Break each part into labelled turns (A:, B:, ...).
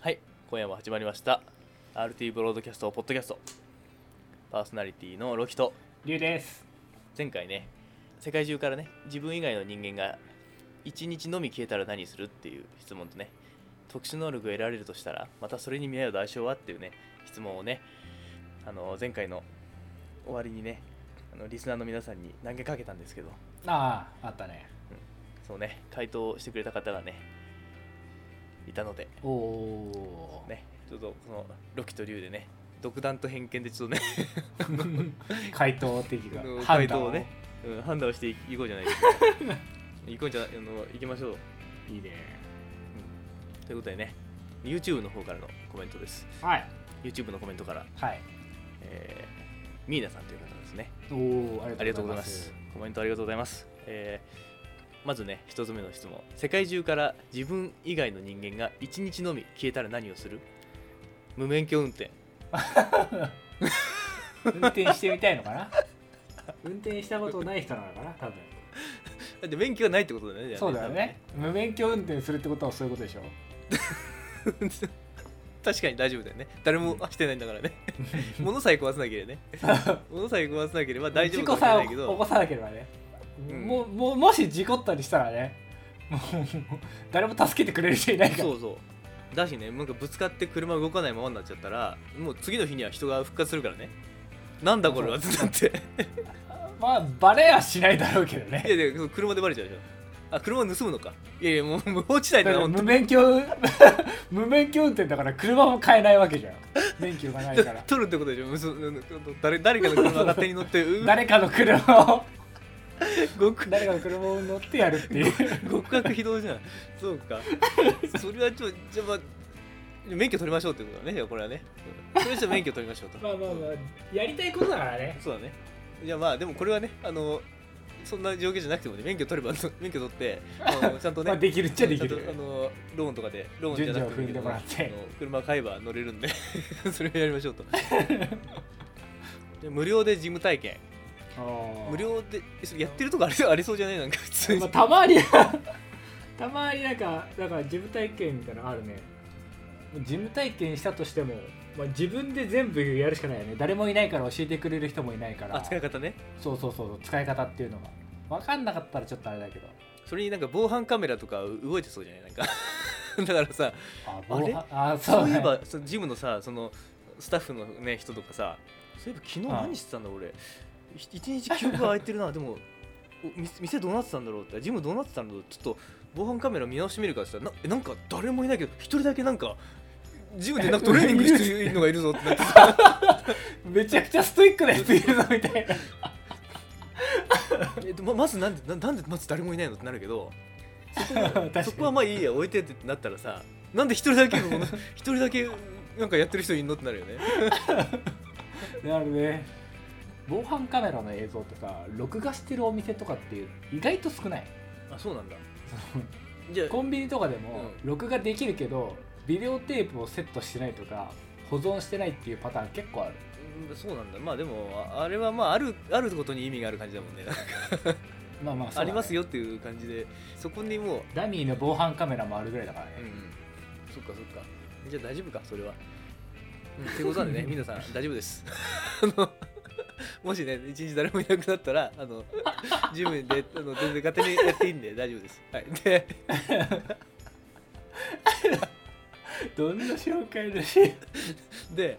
A: はい今夜も始まりました RT ブロードキャストポッドキャストパーソナリティのロキと
B: 龍です
A: 前回ね世界中からね自分以外の人間が1日のみ消えたら何するっていう質問とね特殊能力を得られるとしたらまたそれに見合う代償はっていうね質問をねあの前回の終わりにねあのリスナーの皆さんに投げかけたんですけど
B: あああったね
A: そうね回答してくれた方がねいたので
B: おお、
A: ねちょっとこのロキと龍でね独断と偏見でちょっとね
B: 回答的
A: あの
B: が
A: 回
B: 判
A: 答
B: 断
A: を
B: を
A: ね
B: ね、
A: うん、判断をしていこうじゃないですか いこうじゃあのいきましょう
B: いいね
A: ということでね YouTube の方からのコメントです
B: はい
A: YouTube のコメントから、
B: はい
A: えー、ミーナさんという方ですね
B: おお
A: ありがとうございますコメントありがとうございます、えーまずね一つ目の質問世界中から自分以外の人間が一日のみ消えたら何をする無免許運転
B: 運転してみたいのか な運転したことない人なのかな多分
A: だって免許がないってことだよねじゃあ
B: そうだよね無免許運転するってことはそういうことでしょ
A: 多分ね確かに大丈夫だよね誰もしてないんだからね物さえ壊さなけ ればね物さえ壊さなければ大丈夫
B: 事
A: かもしれ
B: 故さ
A: な
B: え
A: いけ
B: 起
A: ど
B: こさなければね、
A: うん
B: もうもうもし事故ったりしたらねもう誰も助けてくれる人いないから
A: そうそうだしねなんかぶつかって車動かないままになっちゃったらもう次の日には人が復活するからねなんだこれはってなって
B: まあバレはしないだろうけどね
A: いやいや車でバレちゃうでしょあ車盗むのかいやいやもう無法地帯だ
B: だ
A: な
B: から
A: 本当
B: 無
A: に
B: 免許 無免許運転だから車も買えないわけじゃん免許がないから
A: 取るってことでしょ盗む誰誰かの車が勝手に乗ってう
B: 誰かの車を
A: 極
B: 誰かの車を乗ってやるっていう
A: 極悪非道じゃんそうかそれはちょじゃあまあ免許取りましょうってことだねじゃあこれはねそれじゃ免許取りましょうと
B: まあまあまあやりたいことだからね
A: そうだねいやまあでもこれはねあのそんな状況じゃなくてもね免許取れば 免許取ってあのちゃんとね、
B: まあできるっちゃでき
A: ちゃんとあ
B: る
A: のローンとかでローンじゃなくてもいいけど
B: 順序を踏んでもらって
A: あの車買えば乗れるんで それをやりましょうとで無料で事務体験無料でえそれやってるとこありそうありそうじゃないなんか普通に、
B: まあたまに たまになんかなんか事務体験みたいなのあるね事務体験したとしても、まあ、自分で全部やるしかないよね誰もいないから教えてくれる人もいないから
A: あ使い方ね
B: そうそうそう使い方っていうのが分かんなかったらちょっとあれだけど
A: それになんか防犯カメラとか動いてそうじゃないなんか だからさ
B: あ
A: 防犯
B: あそう
A: そういえ
B: ね
A: ばそのジムのさそのスタッフの、ね、人とかさそういえば昨日
B: はい
A: 何してたんだ俺ひ一日記憶が空いてるなでもお店店どうなってたんだろうってジムどうなってたんだろうちょっと防犯カメラ見直してみるかって言ったらなえなんか誰もいないけど一人だけなんかジムでなんかトレーニングしてるのがいるぞってなって さ
B: めちゃくちゃストイックなやついるぞみたいな
A: えっとままずなんでななんでまず誰もいないのってなるけどそこは
B: 確かに
A: そこはまあいいや置いてってなったらさなんで一人だけこの一人だけなんかやってる人いんのってなるよね
B: なるね防犯カメラの映像ってさ録画してるお店とかっていう意外と少ない
A: あそう なんだじゃあ
B: コンビニとかでも
A: う
B: 録画できるけどビデオテープをセットしてないとか保存してないっていうパターン結構ある
A: うんそうなんだまあでもああれはまああるあることに意味がある感じだもんね
B: まあまあそうだ
A: あ
B: ね
A: りますよっていう感じでそこにもう、
B: ダミーの防犯カメラもあるぐらいだからね
A: うん、そっかそっかじゃあ大丈夫かそれは、うん、ってこと なんでね皆さん大丈夫です あのもしね一日誰もいなくなったらあ のジムであの全然勝手にやっていいんで大丈夫ですはいで
B: どんな紹介だし
A: で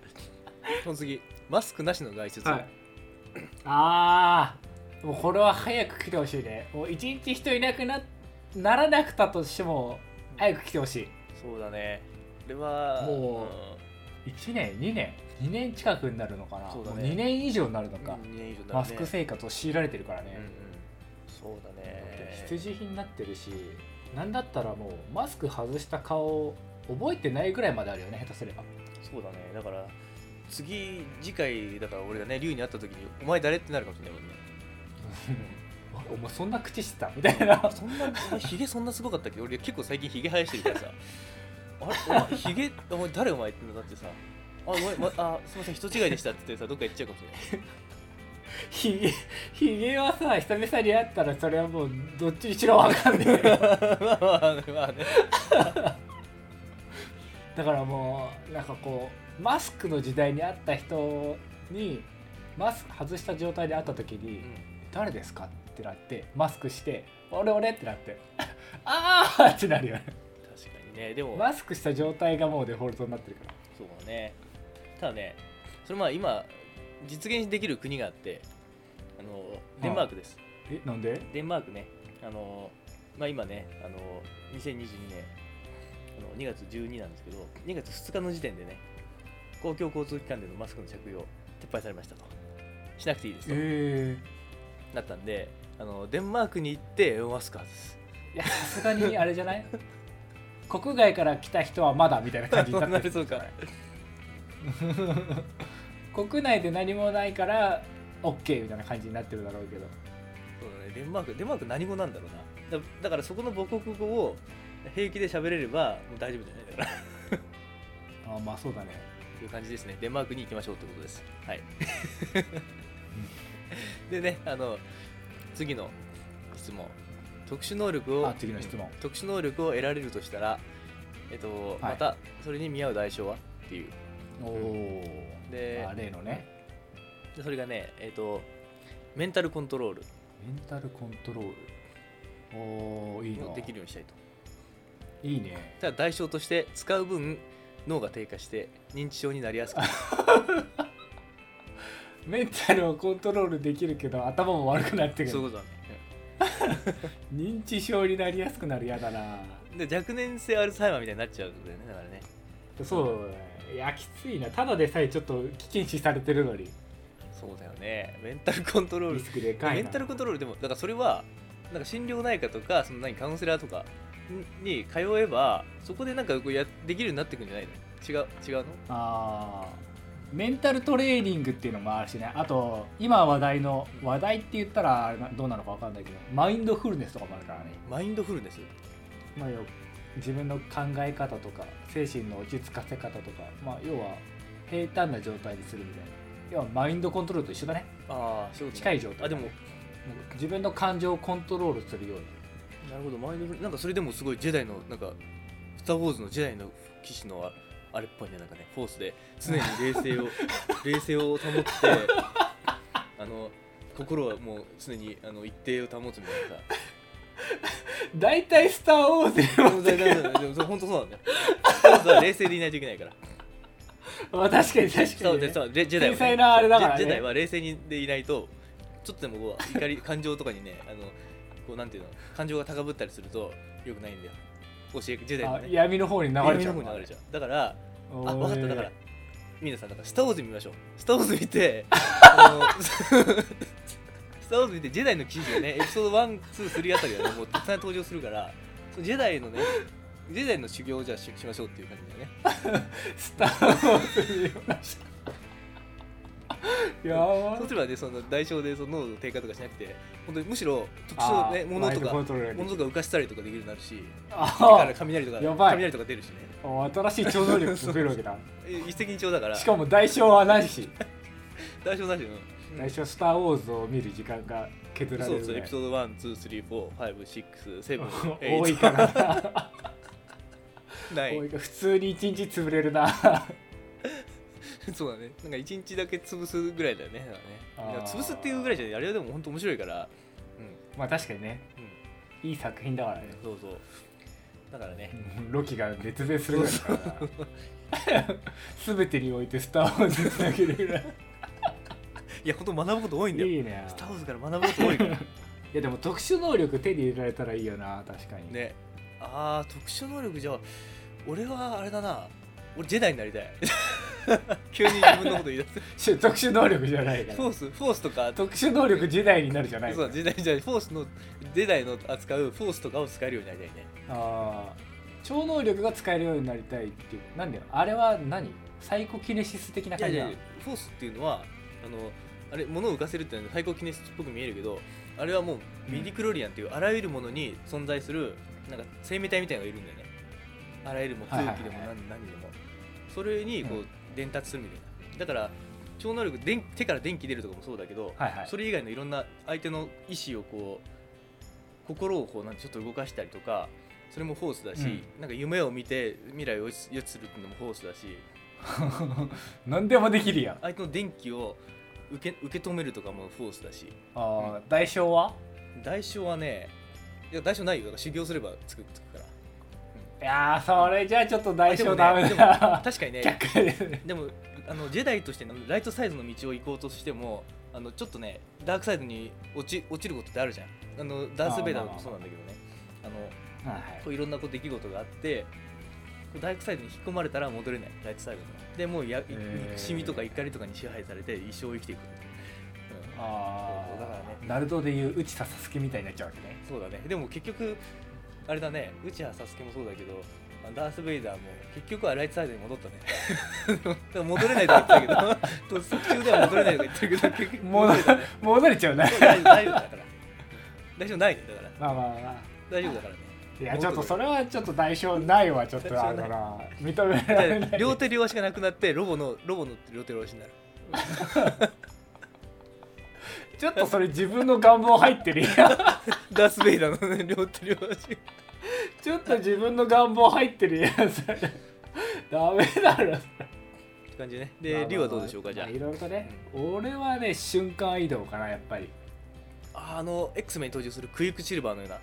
A: その次マスクなしの外出、
B: はいああもうこれは早く来てほしいねもう一日人いなくなならなくたとしても早く来てほしい
A: そうだねこれは
B: も1年2年2年近くになるのかな
A: そうだね
B: 2年以上になるの
A: うん、
B: か、
A: 2年以上になるね
B: マスク生活を強いられてるから
A: うんうん
B: ね、
A: そうだね
B: 必需品になってるしなんだったらもうマスク外した顔を覚えてないぐらいまであるよね下手すれ ば
A: そうだねだから次次回だから俺がね龍に会った時に「お前誰?」ってなるかもしれないもんね
B: お前そんな口してたみたいな
A: そんなお前ヒゲそんなすごかったっ け俺結構最近ヒゲ生やしてるからさあれお前ヒゲお前誰お前ってなってさあごめん、まあすいません人違いでしたって言ってさどっか行っちゃうかもしれない
B: ひげひげはさ久々に会ったらそれはもうど っちにしろわかんねえ
A: まあまあまあね
B: だからもうなんかこうマスクの時代に会った人にマスク外した状態で会った時に「誰ですか?」ってなってマスクして「俺俺」ってな って「ああ!」ってなるよね
A: 確かにねでも、
B: マスクした状態がもうデフォルトになってるから
A: そうだねただねそれまあ今実現できる国があってあのデンマークです、
B: えなんで
A: デンマークねあの、まあ、今ねあの2022年あの2月12なんですけど2月2日の時点でね公共交通機関でのマスクの着用撤廃されましたとしなくていいですと、
B: え
A: なったんであのデンマークに行ってマスク外す
B: えいやさすがにあれじゃない 国外から来た人はまだみたいな感じになって る
A: そうか
B: 国内で何もないから OK みたいな感じになってるだろうけど
A: そうだねデンマークデンマーク何語なんだろうなだだからそこの母国語を平気で喋れればもう大丈夫じゃないだから
B: あまあそうだね
A: という感じですねデンマークに行きましょうってことですはいでねあの次の質問特殊能力を
B: あ次の質問
A: 特殊能力を得られるとしたらえっと、またそれに見合う代償はっていう
B: おお
A: で
B: あ例のね
A: でそれがねえっとメンタルコントロール
B: メンタルコントロールおーいい
A: を
B: な
A: できるようにしたいと
B: いいね
A: ただ代償として使う分脳が低下して認知症になりやすくなる
B: メンタルをコントロールできるけど頭も悪くなってく
A: そう
B: る
A: いうことなんだね
B: 認知症になりやすくなるやだな
A: で若年性アルツハイマーみたいになっちゃうんだよねだからね
B: そうだねいやきついなただでさえちょっと危険視されてるのに
A: そうだよねメンタルコントロー
B: リ
A: ル
B: スクでかい
A: メ
B: な
A: ンタルコントロールでもだからそれはなんか心療内科とかその何カウンセラーとかに通えばそこでなんかこうやできるようになってくんじゃないの違う違うの
B: あーメンタルトレーニングっていうのもあるしねあと今話題の話題って言ったらあれなどうなのか分かんないけどマインドフルネスとかもあるからね、
A: マインドフルネス
B: まあ、よ自分の考え方とか精神の落ち着かせ方とか、まあ、要は平坦な状態にするみたいな要はマインドコントロールと一緒だね
A: ああそう
B: 近
A: い
B: い状態
A: あでも
B: 自分の感情をコントロールするように
A: なるほどマインドフルなんかそれでもすごいジェダイのなんかスター・ウォーズのジェダイの騎士のああれっぽいねなんかねフォースで常に冷静 を冷静を保ってあの心はもう常にあの一定を保つみたいな さ
B: 大体「スター・ウォーズ」
A: でもだだだでもそう本当そうなんだよ。まずは冷静でいないといけないから。
B: まあ確かに確か
A: そう
B: に、
A: で
B: ね、
A: そうでジェダイは、ね、
B: 繊細なあれだからね
A: ジェジェダイは冷静にでいないと、ちょっとでもこう怒り感情とかにね、あのこうなんていうの感情が高ぶったりすると良くないんだよ。教えジェダイの
B: あ
A: ね。
B: 闇の方に流れちゃう
A: 闇の方に流れちゃう。だから
B: おー
A: あ分かっただから皆さんだからスター・ウォーズ見ましょう。スター・ウォーズ見てあのスター・ウォーズ見てジェダイの記事がねエピソード1、2、3あたりがねもうたくさん登場するからそのジェダイのねジェダイの修行をじゃあししましょうっていう感じだよね。
B: スター・ウォーズ見ました。やば
A: そうすればね、その代償でその濃度低下とかしなくて、本当にむしろ特殊な、ね、ものとか、ものとか浮かしたりとかできるようになるし、だ
B: あ
A: から雷とか、
B: やばい
A: 雷とか出るしね、
B: あ新しい超能力が増えるわけだ。
A: え一石二鳥だから、
B: しかも代償はないし、
A: 代償なしの、うん
B: 代償スター・ウォーズを見る時間が削ら
A: そ
B: れ
A: う
B: る
A: そう、
B: ぐ
A: エ
B: ら
A: ピ
B: い
A: ソード1、2、3、4、5、6、7、
B: 多 い
A: 8、
B: から多
A: 9
B: い、から普通に一日潰れるな。
A: そうだね、なんか一日だけ潰すぐらいだよね、だからね
B: あー
A: 潰すっていうぐらいじゃない、あれはでも本当面白いから、
B: まあ確かにね、
A: うん、うん、
B: いい作品だからね。
A: そうそう、だからね、
B: ロキが熱弁するぐらいだからな。すべてにおいてスター・ウォーズつなげるぐらい。
A: いや、本当学ぶこと多いんだよ、
B: いいね。
A: スター・ウォーズから学ぶこと多いから。
B: いやでも特殊能力手に入れられたらいいよな確かに、
A: ねあー特殊能力じゃあ俺はあれだな俺ジェダイになりたい 急に自分のこと言い出す
B: し特殊能力じゃない か
A: フォ
B: ら
A: ースフォースとか
B: 特殊能力時代になるじゃない
A: そうジェダイじゃないフォースのジェダイの扱うフォースとかを使えるようになりたいね
B: あー超能力が使えるようになりたいっていうなんだよあれは何サイコキネシス的ない
A: や
B: 感
A: い
B: じな
A: や
B: の
A: いやフォースっていうのはあのあれ物を浮かせるっていうのは最高記念室っぽく見えるけどあれはもう
B: うん
A: ミディクロリアンっていうあらゆるものに存在するなんか生命体みたいなのがいるんだよねあらゆるもう
B: はい
A: 空
B: はいは
A: 気で
B: い
A: も何,、何でもそれにこ
B: う
A: う伝達するみたいなだから超能力電手から電気出るとかもそうだけど、
B: はいはい
A: それ以外のいろんな相手の意思をこう心をこうなんてちょっと動かしたりとかそれもフォースだし、
B: うん
A: なんか夢を見て未来を予知するっていうのもフォースだし
B: 何でもできるやん
A: 相手の電気を受け受け止めるとかもフォースだし
B: あー代償は
A: 代償はねいや代償ないよだから修行すればつくつくから
B: いやーそれじゃあちょっと代
A: あでも
B: 償
A: ね
B: ダメ
A: でも
B: だ、
A: 確かにね
B: 逆ですね
A: でもあのジェダイとしてのライトサイドの道を行こうとしてもあのちょっとねダークサイドに落ち落ちることってあるじゃんあのダース・ベイダーもそうなんだけどねあの
B: はい
A: こういろんなこう出来事があってこうダークサイドに引き込まれたら戻れないライトサイドにでもうやい
B: へー
A: 憎しみとか怒りとかに支配されて一生生きていく、うん
B: あ
A: そうそうだから
B: あ、
A: ね
B: ナルトでいう内田サスケみたいになっちゃうわけね
A: そうだねでも結局あれだね内葉サスケもそうだけどあのダース・ベイダーも結局はライトサイドに戻ったねだから戻れないとは言ってたけど途中では戻れないとか言ってるけど結局
B: 戻
A: れたね
B: 戻れちゃうね
A: そう大丈夫大丈夫だから大丈夫ないねだから
B: まあまあまあ
A: 大丈夫だからね
B: いやちょっとそれはちょっと代償ないわちょっとあるな認められ
A: だ
B: な
A: から
B: い
A: 両手両足がなくなってロボのロボの両手両足になる
B: ちょっとそれ自分の願望入ってるやん
A: ダース・ベイダーのね両手両足
B: ちょっと自分の願望入ってるやんそれダメだろ
A: 感じね
B: まあま
A: で
B: あ
A: リュウはどうでしょうかじゃ
B: まいろいろとね俺はね瞬間移動かなやっぱり
A: ああの X メンに登場するクイックシルバーのような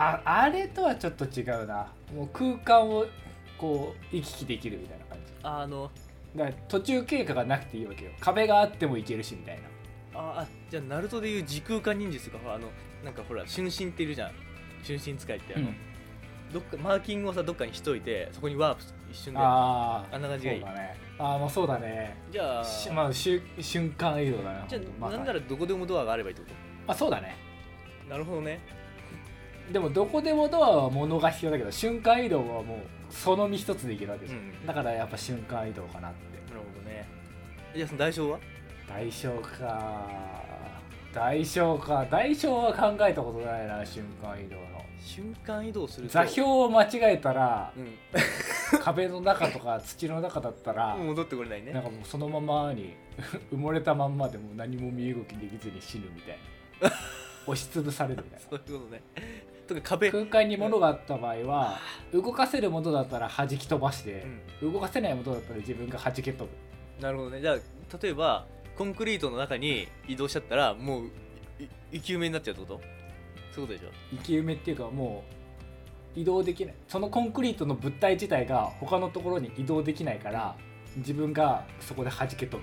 B: ああれとはちょっと違うなもう空間をこう行き来できるみたいな感じ
A: あーあの
B: だから途中経過がなくていいわけよ壁があってもいけるしみたいな
A: あーあじゃあナルトでいう時空間忍術とかほらあのなんかほら瞬身っているじゃん瞬身使いってあの、どっかマーキングをさどっかにしといてそこにワープ一瞬であ
B: ああ
A: んな感じがいい
B: そうだねああまあそうだね
A: じゃあ
B: しまあ、しゅ瞬間移動だな
A: じゃ
B: ほんと
A: あ
B: まさ
A: な
B: に
A: んならどこでもドアがあればいいってこ
B: あそうだね
A: となるほどね
B: でもどこでもドアは物が必要だけど瞬間移動はもうその身一つでいけるわけ
A: うん
B: じゃ
A: な
B: ん、だからやっぱ瞬間移動かなって
A: るほどねじゃあその代償は
B: 代償か代償か代償は考えたことないな瞬間移動の
A: 瞬間移動すると
B: 座標を間違えたら
A: うん
B: 壁の中とか土の中だったら
A: もう戻ってこれないね
B: なんかもうそのままに埋もれたまんまでもう何も身動きできずに死ぬみたいな押しつぶされるみたい
A: そ
B: な
A: ういうことねとか壁
B: 空間に物があった場合は動かせるものだったら弾き飛ばして
A: う、ん
B: 動かせないものだったら自分が弾け飛ぶ
A: なるほどねじゃあ例えばコンクリートの中に移動しちゃったらもういい生き埋めになっちゃうってことそういうことでし
B: 生き埋めっていうかもう移動できないそのコンクリートの物体自体が他のところに移動できないから自分がそこで弾け飛ぶ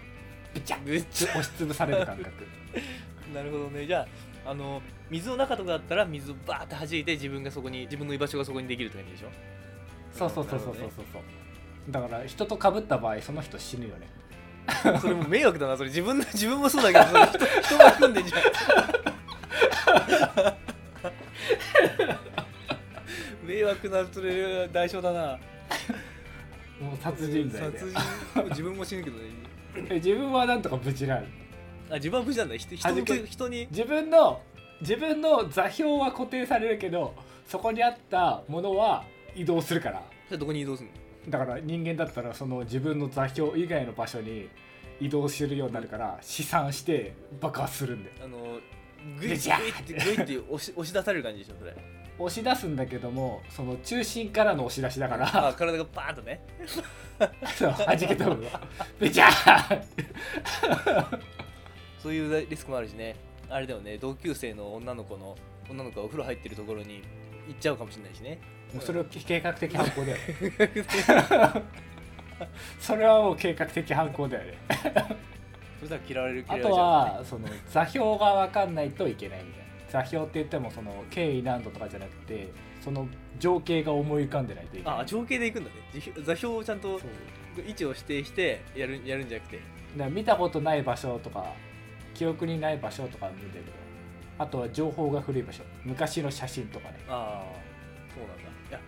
B: ブチャッ
A: ょめっち
B: 押しつぶされ る感覚
A: ゃなるほどねじゃああの水の中とかだったら水をバーって弾いて自分がそこに自分の居場所がそこにできるって感じでしょ
B: そうそうそうそうそうそうそう、だから人と被った場合その人死ぬよね
A: そうそれもう迷惑だなそれ自分の自分もそうだけどそれ人人が組んでんじ ゃん迷惑なそれ代償だな
B: もう殺人罪で
A: 殺人自分も死ぬけどね
B: 自分はなんとか無事なる
A: あ自分は無事なんだ人人
B: 弾け
A: に人に
B: 自分の自分の座標は固定されるけどそこにあったものは移動するから
A: じゃあどこに移動するの
B: だから人間だったらその自分の座標以外の場所に移動するようになるから試算して爆発するんだよ
A: あのグイ
B: ぐ
A: ッ
B: ちゃ
A: グイッてグイッて押し押し出される感じでしょそれ
B: 押し出すんだけどもその中心からの押し出しだから
A: あ体がバーンとね
B: そう弾け飛ぶのベチャー
A: そういうリスクもあるしねあれだよね同級生の女の子の女の子がお風呂入ってるところに行っちゃうかもしれないしね
B: もうそれを計画的犯行だよねそれはもう計画的犯行だよね
A: そしたら嫌われる
B: あ
A: 嫌われ
B: と
A: ちゃう
B: はその座標が分かんないといけないみたいな座標って言ってもその経緯難度とかじゃなくてその情景が思い浮かんでないといけない
A: あ情景で行くんだねじ座標をちゃんと
B: そう
A: 位置を指定してやるやるんじゃなくて
B: だから見たことない場所とか記憶にない場所とか見てるあとは情報が古い場所昔の写真とかね、
A: ああそうなんだいや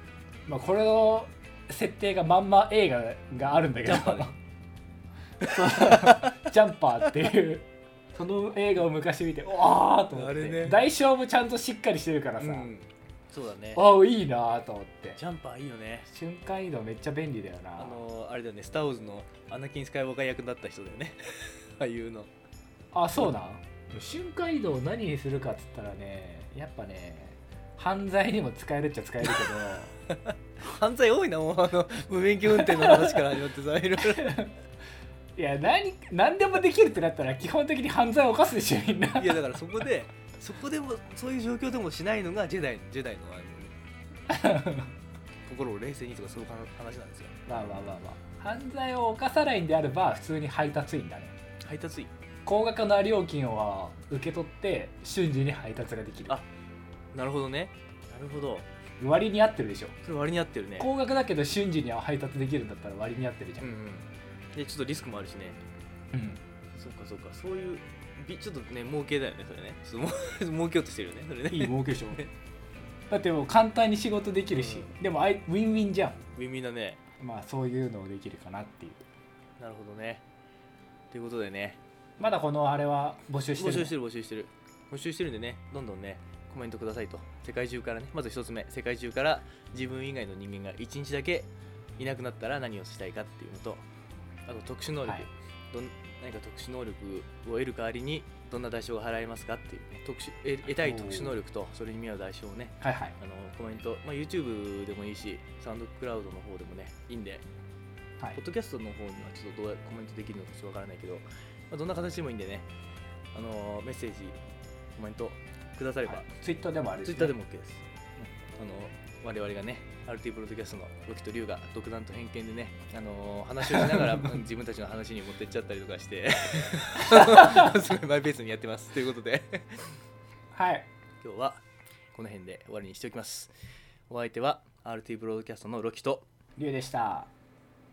B: まあ、これの設定がまんま映画があるんだけど
A: ジャンパーね
B: そう ジャンパーっていうその映画を昔見てうわーと思っ
A: あれ
B: て、
A: ね
B: 代償もちゃんとしっかりしてるからさ、
A: うんそうだね
B: ああいいなーと思って
A: ジャンパーいいよね
B: 瞬間移動めっちゃ便利だよな
A: あのあれだよねスター・ウォーズのアナキン・スカイウォーカー役になった人だよね ああいうの
B: あそうなん瞬間移動を何にするかっつったらねやっぱね犯罪にも使えるっちゃ使える
C: 犯罪多いなもうあの無免許運転の話から始まってさいろい
B: けど いや何何でもできるってなったら基本的に犯罪を犯すでしょみんな
C: ろいやだからそこでそこでもそういう状況でもしないのがジェダイジェダイのあの心を冷静にとかそういう話なんですよ
B: まあまあまあまあ犯罪を犯さないんであれば普通に配達員だね
C: 配達員
B: 高額な料金は受け取って瞬時に配達ができる
C: あ
A: なるほどねなるほど
B: 割に合ってるでしょ
A: それ割に合ってるね
B: 高額だけど瞬時には配達できるんだったら割に合ってるじゃ
A: うん
B: ん、
A: うんでちょっとリスクもあるしね
B: うん
A: そうかそうかそういうびちょっとね儲けだよねそれねちょっとも儲けよう としてるよねそれね
B: いい 儲けでしょだってもう簡単に仕事できるし、でもあいウィンウィンじゃ
A: ウィンウィンだね
B: んまあそういうのをできるかなっていう
A: なるほどねということでね
B: まだこのあれは募集して
A: 募
B: る
A: 集
B: の
A: してる募集してる募集してるんでねどんどんねコメントくださいと世界中からねまず一つ目世界中から自分以外の人間が一日だけいなくなったら何をしたいかっていうのとあと特殊能力、
B: はい
A: どん何か特殊能力を得る代わりにどんな代償を払えますかっていうね特殊え得たい特殊能力とそれに見合う代償をね
B: はいはい
A: あのコメント、まあ、YouTube でもいいしサウンドクラウドの方でもねいいんで
B: はい
A: ポッドキャストの方にはちょっとどうやコメントできるのかちょっとわからないけど、まあ、どんな形でもいいんでね、あのーメッセージ、コメントくだされば、
B: ツイッターでもあるし、
A: ツイ
B: ね、
A: ッターでも OK です。あの我々がね、RT プロデュキャストのロキとリュウが独断と偏見でね、あのー話をしなが らうん自分たちの話に持ってっちゃったりとか して、すごいマイペースにやってます。ということで、
B: はい
A: 今日はこの辺で終わりにしておきます。お相手は RT プロデュキャストのロキと
B: リュウでした